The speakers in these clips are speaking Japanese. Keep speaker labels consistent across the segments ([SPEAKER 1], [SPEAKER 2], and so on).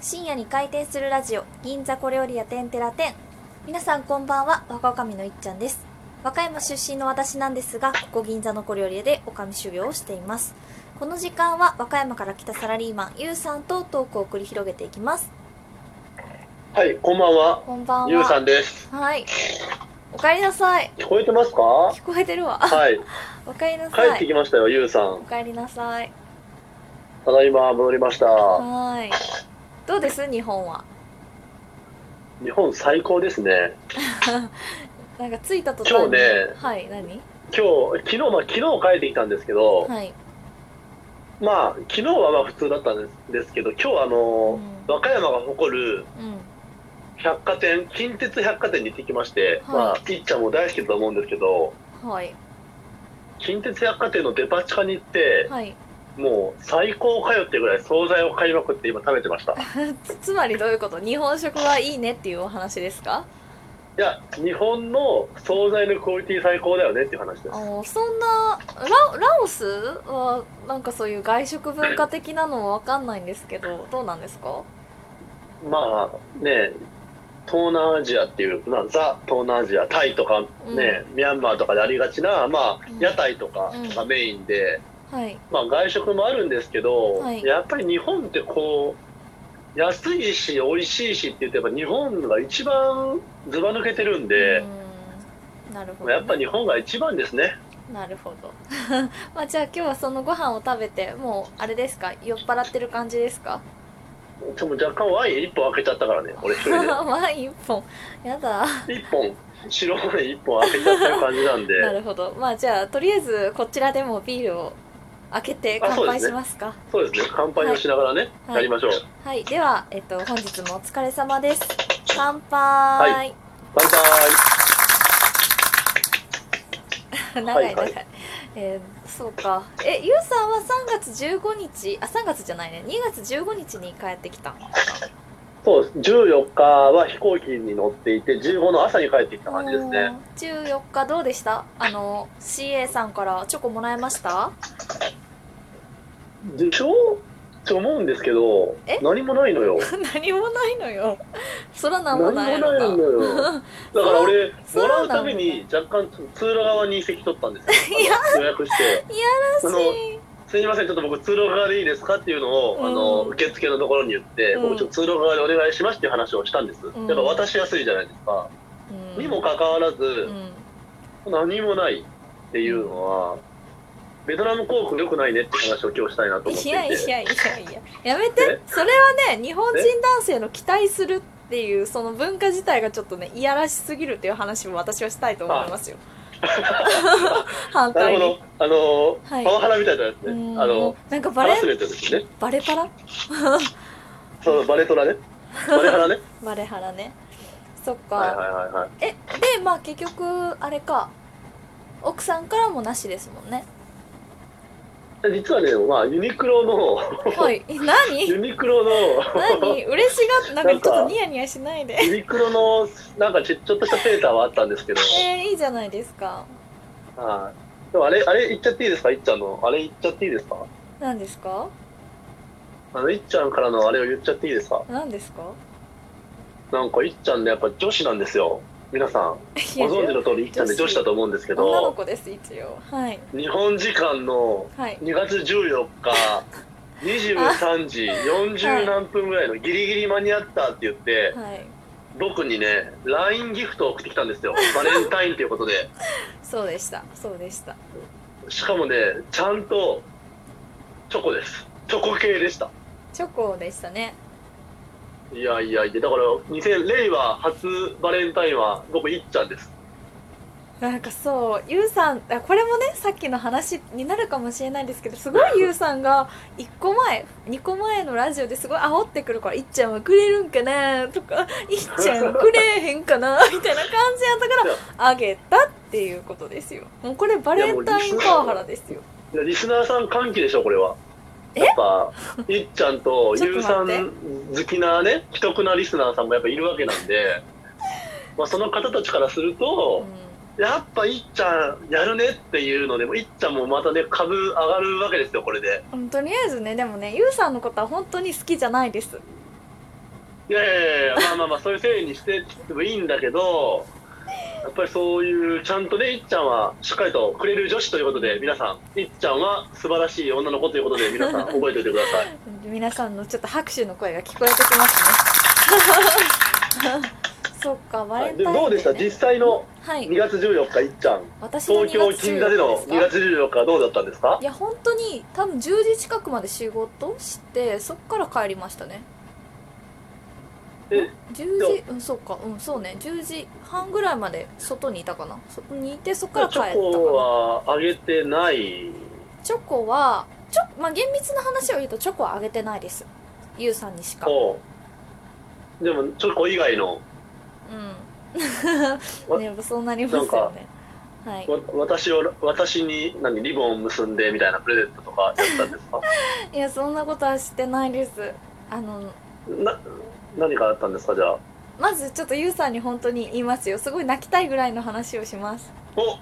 [SPEAKER 1] 深夜に開店するラジオ銀座小料理屋テンテラテン皆さんこんばんは若女将のいっちゃんです和歌山出身の私なんですがここ銀座の小料理屋でおかみ修行をしていますこの時間は和歌山から来たサラリーマンゆうさんとトークを繰り広げていきます
[SPEAKER 2] はい、こんばんは。
[SPEAKER 1] こんばんは
[SPEAKER 2] ゆうさんです。
[SPEAKER 1] はいおかえりなさい
[SPEAKER 2] 聞こえてますか。は
[SPEAKER 1] 聞こえてるわ
[SPEAKER 2] い、
[SPEAKER 1] おかえりなさい
[SPEAKER 2] 帰ってきましたよ、ゆうさ
[SPEAKER 1] お
[SPEAKER 2] ん。
[SPEAKER 1] かえりなさい
[SPEAKER 2] ただいま戻りました。
[SPEAKER 1] はーいどうです日本は
[SPEAKER 2] 日本最高ですね。
[SPEAKER 1] なんか着いた途端に
[SPEAKER 2] 今日ね
[SPEAKER 1] はい何
[SPEAKER 2] 今日、昨日、まあ、昨日帰ってきたんですけど、
[SPEAKER 1] はい、
[SPEAKER 2] まあ、昨日はまあ普通だったんですですけど、今日あ
[SPEAKER 1] うん
[SPEAKER 2] の、和歌山が誇る
[SPEAKER 1] うん、
[SPEAKER 2] 百貨店、近鉄百貨店に行ってきまして、
[SPEAKER 1] はい
[SPEAKER 2] まあ、いっちゃんも大好きだと思うんですけど、
[SPEAKER 1] はい
[SPEAKER 2] 近鉄百貨店のデパ地下に行って、
[SPEAKER 1] はい
[SPEAKER 2] もう最高かよってぐらい惣菜を買いまくって今食べてました。い
[SPEAKER 1] つつまりどういうこと日本食はいいねっていうお話ですか
[SPEAKER 2] や、日本の惣菜のクオリティ最高だよねっていう話です。
[SPEAKER 1] おそんなララオスはなんかそういう外食文化的なのは分かんないんですけどどうなんですか
[SPEAKER 2] まあね東南アジアっていう、まあ、ザ・東南アジアタイとかね、ミャンマーとかでありがちな、まあ
[SPEAKER 1] うん、
[SPEAKER 2] 屋台とか
[SPEAKER 1] うん
[SPEAKER 2] がメインで、
[SPEAKER 1] はい
[SPEAKER 2] まあ、外食もあるんですけど、
[SPEAKER 1] はい
[SPEAKER 2] やっぱり日本ってこう安いし美味しいしって言ってやっぱ日本が一番ずば抜けてるんで、
[SPEAKER 1] うんなるほど、
[SPEAKER 2] やっぱ日本が一番ですね
[SPEAKER 1] なるほど まあじゃあ今日はそのご飯を食べてもうあれですか酔っ払ってる感じです か
[SPEAKER 2] ちょっと若干ワイン一本開けちゃったからね俺一人
[SPEAKER 1] ワイン一本やだ
[SPEAKER 2] で一本白ワイン一本開けちゃってる感じなんで
[SPEAKER 1] なるほどまあじゃあとりあえずこちらでもビールを開けて乾
[SPEAKER 2] あそうで
[SPEAKER 1] 杯
[SPEAKER 2] す
[SPEAKER 1] し
[SPEAKER 2] ね
[SPEAKER 1] ますか
[SPEAKER 2] そうですね乾杯をしながらね、
[SPEAKER 1] はい
[SPEAKER 2] やりましょう
[SPEAKER 1] はいでは、えっと、本日もお疲れ様です乾杯、
[SPEAKER 2] は乾杯
[SPEAKER 1] 長い長い、
[SPEAKER 2] はいは
[SPEAKER 1] えーそうかえゆうさんは3月15日あ3月じゃないね2月15日に帰ってきた
[SPEAKER 2] そうです14日は飛行機に乗っていて15の朝に帰ってきた感じですね
[SPEAKER 1] うん14日どうでしたあの CA さんからチョコもらえました
[SPEAKER 2] でしょって思うんですけど
[SPEAKER 1] え
[SPEAKER 2] 何もないのよ
[SPEAKER 1] 何もないのよそらな
[SPEAKER 2] 何
[SPEAKER 1] んも
[SPEAKER 2] も
[SPEAKER 1] な
[SPEAKER 2] ないい
[SPEAKER 1] のか
[SPEAKER 2] のよだから俺
[SPEAKER 1] そう
[SPEAKER 2] もらう
[SPEAKER 1] な
[SPEAKER 2] た
[SPEAKER 1] んだ
[SPEAKER 2] めに若干通路側に席取ったんで すよ予約して
[SPEAKER 1] いや
[SPEAKER 2] そ
[SPEAKER 1] らし
[SPEAKER 2] の
[SPEAKER 1] い
[SPEAKER 2] すいませんちょっと僕通路側でいいですかっていうのを、
[SPEAKER 1] うん
[SPEAKER 2] あの受付のところに言って、
[SPEAKER 1] うん
[SPEAKER 2] 僕ちょっと通路側でお願いしますっていう話をしたんです、
[SPEAKER 1] ん
[SPEAKER 2] やっぱ渡しやすいじゃないですか、
[SPEAKER 1] うん
[SPEAKER 2] にもかかわらず、
[SPEAKER 1] うん
[SPEAKER 2] 何もないっていうのは、ベトナム航空良くないねって話を今日したいなと思って
[SPEAKER 1] い
[SPEAKER 2] いて。
[SPEAKER 1] やいやいやいややめて
[SPEAKER 2] え
[SPEAKER 1] それはね日本人男性の期待するっていうその文化自体がちょっとねいやらしすぎるっていう話も私はしたいと思いますよ反
[SPEAKER 2] な
[SPEAKER 1] 対
[SPEAKER 2] る
[SPEAKER 1] に
[SPEAKER 2] ほど。あのー、
[SPEAKER 1] はい
[SPEAKER 2] パワハラみたいなや
[SPEAKER 1] う
[SPEAKER 2] つね。
[SPEAKER 1] ん
[SPEAKER 2] あ
[SPEAKER 1] も
[SPEAKER 2] の、
[SPEAKER 1] うなんかバ
[SPEAKER 2] ハ
[SPEAKER 1] レ
[SPEAKER 2] ラスメントですね。
[SPEAKER 1] バレパラ
[SPEAKER 2] そう、バレトラね。バレ ハラね。
[SPEAKER 1] バレハラねそっか、
[SPEAKER 2] はいはいはいはい。
[SPEAKER 1] えでまあ結局あれか奥さんからもなしですもん ね
[SPEAKER 2] 実はね、まあ、ユニクロの、
[SPEAKER 1] はい え何
[SPEAKER 2] ユニクロの、
[SPEAKER 1] 何嬉しがってなんかちょっ
[SPEAKER 2] なん
[SPEAKER 1] と
[SPEAKER 2] か
[SPEAKER 1] ニヤニヤしないで
[SPEAKER 2] ユニクロの、なんかちちょっとしたセーターはあったんですけど、
[SPEAKER 1] えー、いいじゃないですか
[SPEAKER 2] はい。でもあれ、あれ言っちゃっていいですかいっちゃんの。あれ言っちゃっていいですか
[SPEAKER 1] 何ですか
[SPEAKER 2] あの、いっちゃんからのあれを言っちゃっていいですか
[SPEAKER 1] 何ですか
[SPEAKER 2] なんかいっちゃんね、やっぱ女子なんですよ。皆さん。
[SPEAKER 1] い
[SPEAKER 2] ご
[SPEAKER 1] や
[SPEAKER 2] 存知の通り、いっちゃんで女子だと思うんですけ
[SPEAKER 1] 女の
[SPEAKER 2] ど、
[SPEAKER 1] 子です一応はい
[SPEAKER 2] 日本時間の
[SPEAKER 1] はい
[SPEAKER 2] 2月14日、23時40何分ぐらいのギリギリ間に合ったって言って、
[SPEAKER 1] はい
[SPEAKER 2] 僕にね、LINE ギフトを送ってきたんですよ。バレンタインということで。
[SPEAKER 1] そうでしたそうでした
[SPEAKER 2] しかもね、ちゃんと、チョコです。チョコ系でした。
[SPEAKER 1] チョコでしたね
[SPEAKER 2] いやいやいや、だから、2000、令和初バレンタインは、僕、いっちゃんです。
[SPEAKER 1] なんかそうゆうさんあこれもねさっきの話になるかもしれないんですけどすごいゆうさんが1個前2個前のラジオですごい煽ってくるから「いっちゃんはくれるんかな?」とか「いっちゃんはくれへんか な?」みたいな感じやったか
[SPEAKER 2] いや
[SPEAKER 1] らあげたっていうことですよもうこれバレンタインパワハラですよ
[SPEAKER 2] いやリスナーさん歓喜でしょこれはやっぱいっちゃんと
[SPEAKER 1] ちょっと
[SPEAKER 2] ゆうさ
[SPEAKER 1] 待
[SPEAKER 2] ん好きなね既得なリスナーさんもやっぱいるわけな んで、まあ、その方たちからする
[SPEAKER 1] う
[SPEAKER 2] と、
[SPEAKER 1] ん
[SPEAKER 2] やっぱいっちゃんやるねっていうのでもいっちゃんもまたね株上がるわけですよこれで
[SPEAKER 1] うんとりあえずねでもねゆうさんのことは本当に好きじゃないです
[SPEAKER 2] いやいやいや、まあまあまあ、そういうせいにしてもいいんだけど、やっぱりそういう、ちゃんとね、いっちゃんはしっかりとくれる女子ということで、皆さん、いっちゃんは素晴らしい女の子ということで、皆さん覚えておいてください。
[SPEAKER 1] 皆さんのちょっと拍手の声が聞こえてきますね そっかバ
[SPEAKER 2] は
[SPEAKER 1] レ
[SPEAKER 2] い、
[SPEAKER 1] ンタイ
[SPEAKER 2] で
[SPEAKER 1] ンデー、ね、
[SPEAKER 2] どうでした実際の
[SPEAKER 1] はい
[SPEAKER 2] 2月14日、いっちゃん。
[SPEAKER 1] 私の
[SPEAKER 2] 東京
[SPEAKER 1] 2月
[SPEAKER 2] 銀座での
[SPEAKER 1] 14ですか
[SPEAKER 2] 2月14日はどうだったんですか
[SPEAKER 1] いや本当に多分10時近くまで仕事してそっから帰りましたね
[SPEAKER 2] え
[SPEAKER 1] 10時うんそうかうんそうね10時半ぐらいまで外にいたかな外にいてそっから帰
[SPEAKER 2] チ
[SPEAKER 1] ったかな
[SPEAKER 2] ョコはあげてない。
[SPEAKER 1] チョコはちょ、まあ、厳密な話を言うとチョコはあげてないですゆうさんにしかう
[SPEAKER 2] ほうでも、チョコ以外の、
[SPEAKER 1] ん ねそうなりますよねはい
[SPEAKER 2] わ私を、私に何リボン結んでみたいなプレゼントとかやったんですか
[SPEAKER 1] いやそんなことはしてないですあの
[SPEAKER 2] な何かあったんですかじゃあ。
[SPEAKER 1] まずちょっとゆうさんに本当に言いますよすごい泣きたいぐらいの話をします
[SPEAKER 2] お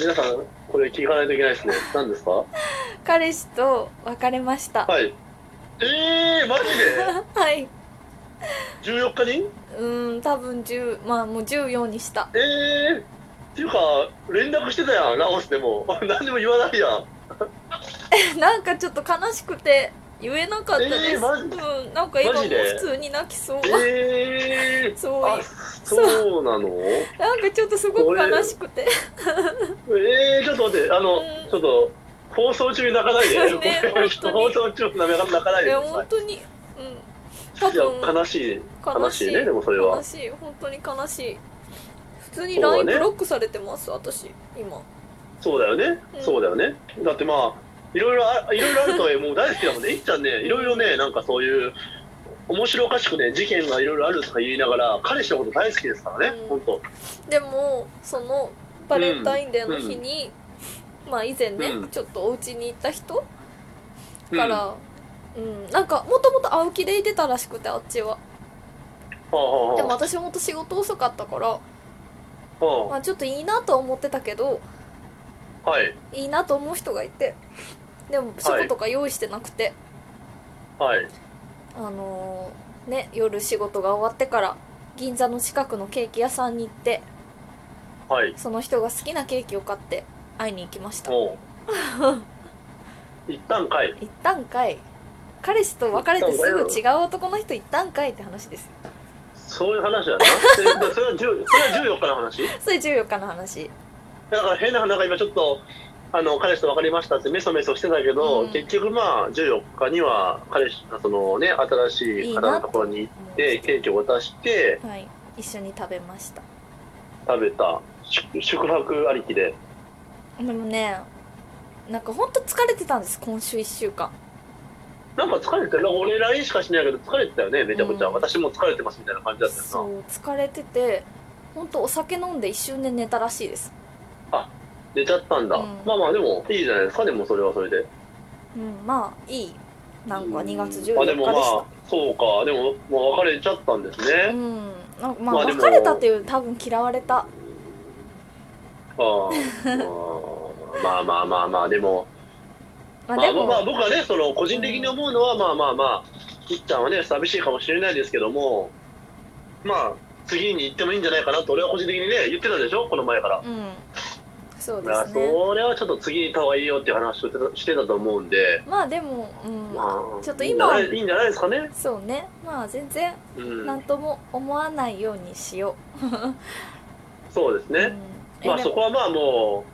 [SPEAKER 2] 皆さん、これ聞かないといけないですね。何ですかは
[SPEAKER 1] 彼氏と別れました
[SPEAKER 2] い。えー、マジで
[SPEAKER 1] はい。
[SPEAKER 2] ?14 日に
[SPEAKER 1] うーん、多分10、まあもう14にした。
[SPEAKER 2] えー、っていうか、連絡してたやん、ラオスでも。 何でも言わないやん。
[SPEAKER 1] なんかちょっと悲しくて言えなかったです。
[SPEAKER 2] えーマジ
[SPEAKER 1] うん、なんか今も
[SPEAKER 2] マ
[SPEAKER 1] う
[SPEAKER 2] ジで
[SPEAKER 1] 普通に泣きそう。
[SPEAKER 2] えー、
[SPEAKER 1] そう
[SPEAKER 2] あ、そうなのえ
[SPEAKER 1] なんかちょっとすごく悲しくて。
[SPEAKER 2] ー、ちょっと待って、あ
[SPEAKER 1] う
[SPEAKER 2] の
[SPEAKER 1] ん、
[SPEAKER 2] ちょっと、放送中に泣かないで。
[SPEAKER 1] ね
[SPEAKER 2] ごめん
[SPEAKER 1] 本当に
[SPEAKER 2] 放送中に泣かない
[SPEAKER 1] い
[SPEAKER 2] で
[SPEAKER 1] や、
[SPEAKER 2] くださ
[SPEAKER 1] 本
[SPEAKER 2] い。
[SPEAKER 1] 当に。うん。多
[SPEAKER 2] いや
[SPEAKER 1] 分、
[SPEAKER 2] 悲しい
[SPEAKER 1] 悲
[SPEAKER 2] 悲
[SPEAKER 1] し
[SPEAKER 2] し
[SPEAKER 1] い
[SPEAKER 2] いねでもそれは
[SPEAKER 1] 悲しい。本当に悲しい。普通に
[SPEAKER 2] そうだ
[SPEAKER 1] LINE
[SPEAKER 2] ね
[SPEAKER 1] ブロックされてます、私、今。
[SPEAKER 2] そうだよね、
[SPEAKER 1] うん
[SPEAKER 2] そうだよねだってまあいろいろあいろいろあると はいえもう大好きだもんねいっちゃんねいろいろねなんかそういう面白おかしくね事件がいろいろあるとか言いながら彼氏のこと大好きですからね、
[SPEAKER 1] うん
[SPEAKER 2] ほんと、
[SPEAKER 1] でもそのバレンタインデーの日に、まあ以前ね、
[SPEAKER 2] うん
[SPEAKER 1] ちょっとお家に行った人
[SPEAKER 2] うん
[SPEAKER 1] から、うんなんかもともと青木でいてたらしくてあっちは
[SPEAKER 2] はあはあ
[SPEAKER 1] でも
[SPEAKER 2] は
[SPEAKER 1] 私もと仕事遅かったから、
[SPEAKER 2] あは
[SPEAKER 1] まあ、ちょっといいなとは思ってたけど
[SPEAKER 2] あはい
[SPEAKER 1] いいなと思う人がいてでもチョコとか用意してなくて、
[SPEAKER 2] はい
[SPEAKER 1] あのーね夜仕事が終わってから銀座の近くのケーキ屋さんに行って
[SPEAKER 2] はい
[SPEAKER 1] その人が好きなケーキを買って会いに行きました
[SPEAKER 2] も う一旦かい
[SPEAKER 1] 行ったんかい彼氏と別れてすぐ違う男の人行ったんかいって話です
[SPEAKER 2] そういう話だなえそれは10それは14日の話
[SPEAKER 1] それ14日の話
[SPEAKER 2] だから変ななんか今ちょっとあの彼氏と別れましたってメソメソしてたけど、
[SPEAKER 1] うん
[SPEAKER 2] 結局まあ14日には彼氏そのね新しい方のところに行ってケーキを渡して
[SPEAKER 1] はい一緒に食べました
[SPEAKER 2] 食べた宿宿泊ありきで
[SPEAKER 1] でもねなんかほんと疲れてたんです今週1週間
[SPEAKER 2] なんか疲れてる俺 LINE しかしないけど疲れてたよねめちゃくちゃ、
[SPEAKER 1] うん
[SPEAKER 2] 私もう疲れてますみたいな感じだったよな
[SPEAKER 1] そう疲れててほんとお酒飲んで一瞬で寝たらしいです
[SPEAKER 2] 寝ちゃったんだ、
[SPEAKER 1] うん
[SPEAKER 2] まあまあでもいいじゃないですかでもそれはそれで
[SPEAKER 1] うんまあいいなんか2月
[SPEAKER 2] まあ
[SPEAKER 1] 14
[SPEAKER 2] で
[SPEAKER 1] 日で
[SPEAKER 2] もまあそうかでももう別れちゃったんです
[SPEAKER 1] したう
[SPEAKER 2] ね、
[SPEAKER 1] んなんかまあ
[SPEAKER 2] まあでも
[SPEAKER 1] 別れたっていう多分嫌われた
[SPEAKER 2] ああまあまあまあまあでも
[SPEAKER 1] まあ
[SPEAKER 2] ま
[SPEAKER 1] で
[SPEAKER 2] あ、まあ
[SPEAKER 1] も、
[SPEAKER 2] まあ僕はねその個人的に思うのは、まあまあまあいっちゃんはね寂しいかもしれないですけどもまあ次に行ってもいいんじゃないかなと俺は個人的にね言ってたでしょこの前から、
[SPEAKER 1] うんそうで
[SPEAKER 2] まあ
[SPEAKER 1] す
[SPEAKER 2] そ
[SPEAKER 1] ね
[SPEAKER 2] れはちょっと次に行った方がいいよっていう話をしてたしてたと思うんで、
[SPEAKER 1] まあでもうん
[SPEAKER 2] まあ、
[SPEAKER 1] ちょっと今はい
[SPEAKER 2] いんじゃないいいんじゃないですかね
[SPEAKER 1] そうねまあ全然
[SPEAKER 2] うん
[SPEAKER 1] 何とも思わないようにしよ
[SPEAKER 2] そうです
[SPEAKER 1] う、
[SPEAKER 2] ね、
[SPEAKER 1] うん
[SPEAKER 2] まあ
[SPEAKER 1] え
[SPEAKER 2] そこはまあも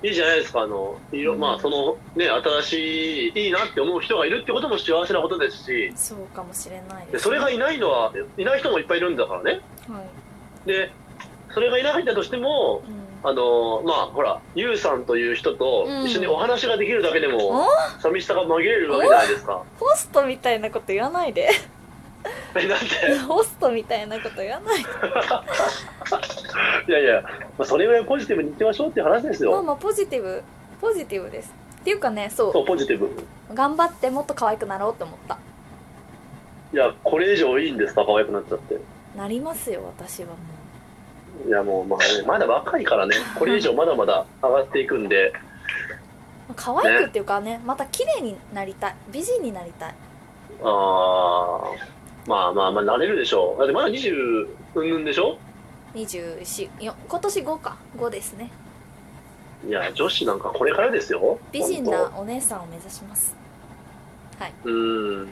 [SPEAKER 2] ういいじゃないですかあのいろ、
[SPEAKER 1] うん
[SPEAKER 2] まあそのね新しいいいなって思う人がいるってことも幸せなことですし
[SPEAKER 1] そうかもしれないです、
[SPEAKER 2] でそれがいないのはいない人もいっぱいいるんだからね
[SPEAKER 1] はい、
[SPEAKER 2] でそれがいなかったとしても
[SPEAKER 1] うん、
[SPEAKER 2] あのまあほらゆうさんという人と
[SPEAKER 1] うん
[SPEAKER 2] 一緒にお話ができるだけでも、寂しさが紛れるわけじゃないですか。
[SPEAKER 1] ホストみたいなこと言わないで
[SPEAKER 2] えなんで
[SPEAKER 1] ホストみたいなこと言わないで
[SPEAKER 2] いやいや、まあ、それぐらいポジティブにいきましょうっていう話です
[SPEAKER 1] まあ
[SPEAKER 2] よ。
[SPEAKER 1] まあポジティブポジティブですっていうかねそう
[SPEAKER 2] そうポジティブ。
[SPEAKER 1] 頑張ってもっと可愛くなろうって思った
[SPEAKER 2] いやこれ以上いいんですか可愛くなっちゃって。
[SPEAKER 1] なりますよ私はも
[SPEAKER 2] いやもうまあねまだ若いからねこれ以上まだまだ上がっていくんで。
[SPEAKER 1] う可愛くっていうかねまた綺麗になりたい美人になりたい
[SPEAKER 2] ああまあまあまあ、慣れるでしょう。だってまだ20、うんぬんでしょ
[SPEAKER 1] 24よ今年5か5ですね
[SPEAKER 2] いや、女子なんかこれからですよ。
[SPEAKER 1] 美人
[SPEAKER 2] 本
[SPEAKER 1] なお姉さんを目指しますはい
[SPEAKER 2] 当。うん。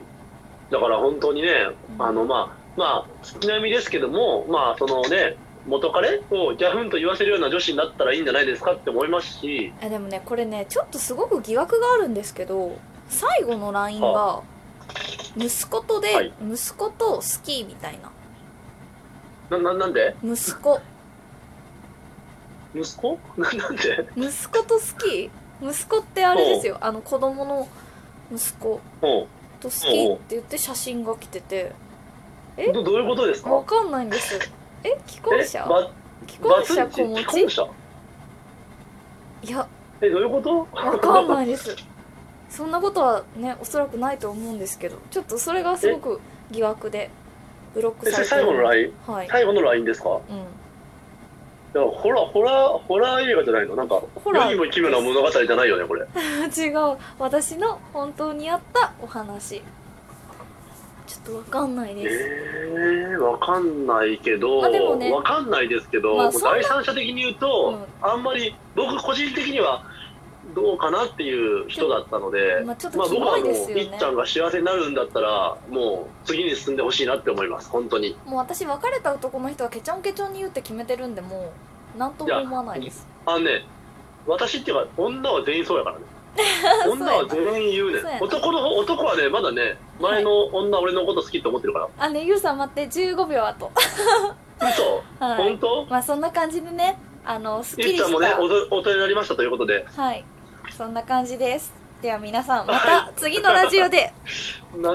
[SPEAKER 2] だから本当にね、
[SPEAKER 1] うん
[SPEAKER 2] あの、まあ、まあ、月並みですけども、まあ、そのね、元彼をギャフンと言わせるような女子になったらいいんじゃないですかって思いますし、
[SPEAKER 1] えでもねこれねちょっとすごく疑惑があるんですけど最後の LINE が息子とで、
[SPEAKER 2] はい
[SPEAKER 1] 息子とスキーみたいな
[SPEAKER 2] な、な、なんで
[SPEAKER 1] 息子
[SPEAKER 2] 息子 な、なんで
[SPEAKER 1] 息子とスキー息子ってあれですよあの子供の息子
[SPEAKER 2] う
[SPEAKER 1] とスキーって言って写真が来ててえ
[SPEAKER 2] ん。どどういうことです
[SPEAKER 1] わ
[SPEAKER 2] か
[SPEAKER 1] かんないんですよえ既婚
[SPEAKER 2] え、
[SPEAKER 1] 者
[SPEAKER 2] ば、
[SPEAKER 1] 既
[SPEAKER 2] バ
[SPEAKER 1] 婚
[SPEAKER 2] ツ
[SPEAKER 1] 者
[SPEAKER 2] ンチ
[SPEAKER 1] 子
[SPEAKER 2] 既
[SPEAKER 1] 持
[SPEAKER 2] 婚
[SPEAKER 1] ち
[SPEAKER 2] 者
[SPEAKER 1] いや
[SPEAKER 2] え、どういうこと
[SPEAKER 1] わかんないですそんなことはねおそらくないと思うんですけどちょっとそれがすごく疑惑でブロック
[SPEAKER 2] え、そ
[SPEAKER 1] さ
[SPEAKER 2] れ
[SPEAKER 1] れて
[SPEAKER 2] 最後のライン
[SPEAKER 1] はい、
[SPEAKER 2] 最後のラインですか
[SPEAKER 1] うん
[SPEAKER 2] いや、ホラー、ホラー、ホラー映画じゃないのなんか、
[SPEAKER 1] ホラー
[SPEAKER 2] 世にも奇妙な物語じゃないよね、これ。
[SPEAKER 1] 違う私の本当にあったお話ちょっとわかんないです、
[SPEAKER 2] えー、わかんないけど、
[SPEAKER 1] まあでも
[SPEAKER 2] わ、
[SPEAKER 1] ね
[SPEAKER 2] かんないですけど、
[SPEAKER 1] まあ
[SPEAKER 2] もう
[SPEAKER 1] そんな
[SPEAKER 2] 第三者的に言うと、あんまり、僕個人的には、どうかなっていう人だったので、
[SPEAKER 1] まあ、ちょっ
[SPEAKER 2] ま
[SPEAKER 1] と
[SPEAKER 2] あ
[SPEAKER 1] キ
[SPEAKER 2] 僕
[SPEAKER 1] モ
[SPEAKER 2] はいもう、
[SPEAKER 1] ですよ
[SPEAKER 2] い
[SPEAKER 1] ね
[SPEAKER 2] っちゃんが幸せになるんだったら、もう次に進んでほしいなって思います、本当に。
[SPEAKER 1] もう私別れた男の人はケチョンケチョンに言うって決めてるんでもうなんとも思わないです
[SPEAKER 2] あのね、私っていうか、女は全員そう やからね。
[SPEAKER 1] うや
[SPEAKER 2] 女
[SPEAKER 1] な
[SPEAKER 2] は全員言うね。
[SPEAKER 1] そうやなん
[SPEAKER 2] 男の方、男はね、まだね、前の女、俺のこと好きって思ってるから。
[SPEAKER 1] あねゆうさん待って15秒後
[SPEAKER 2] 嘘、
[SPEAKER 1] はい
[SPEAKER 2] 本当
[SPEAKER 1] まあそんな感じでねあのすっき
[SPEAKER 2] ゆっ
[SPEAKER 1] り
[SPEAKER 2] ちゃんも
[SPEAKER 1] し
[SPEAKER 2] ね
[SPEAKER 1] た、
[SPEAKER 2] おど大人になりましたということで。
[SPEAKER 1] はいそんな感じですでは皆さんまた次のラジオで
[SPEAKER 2] なんだ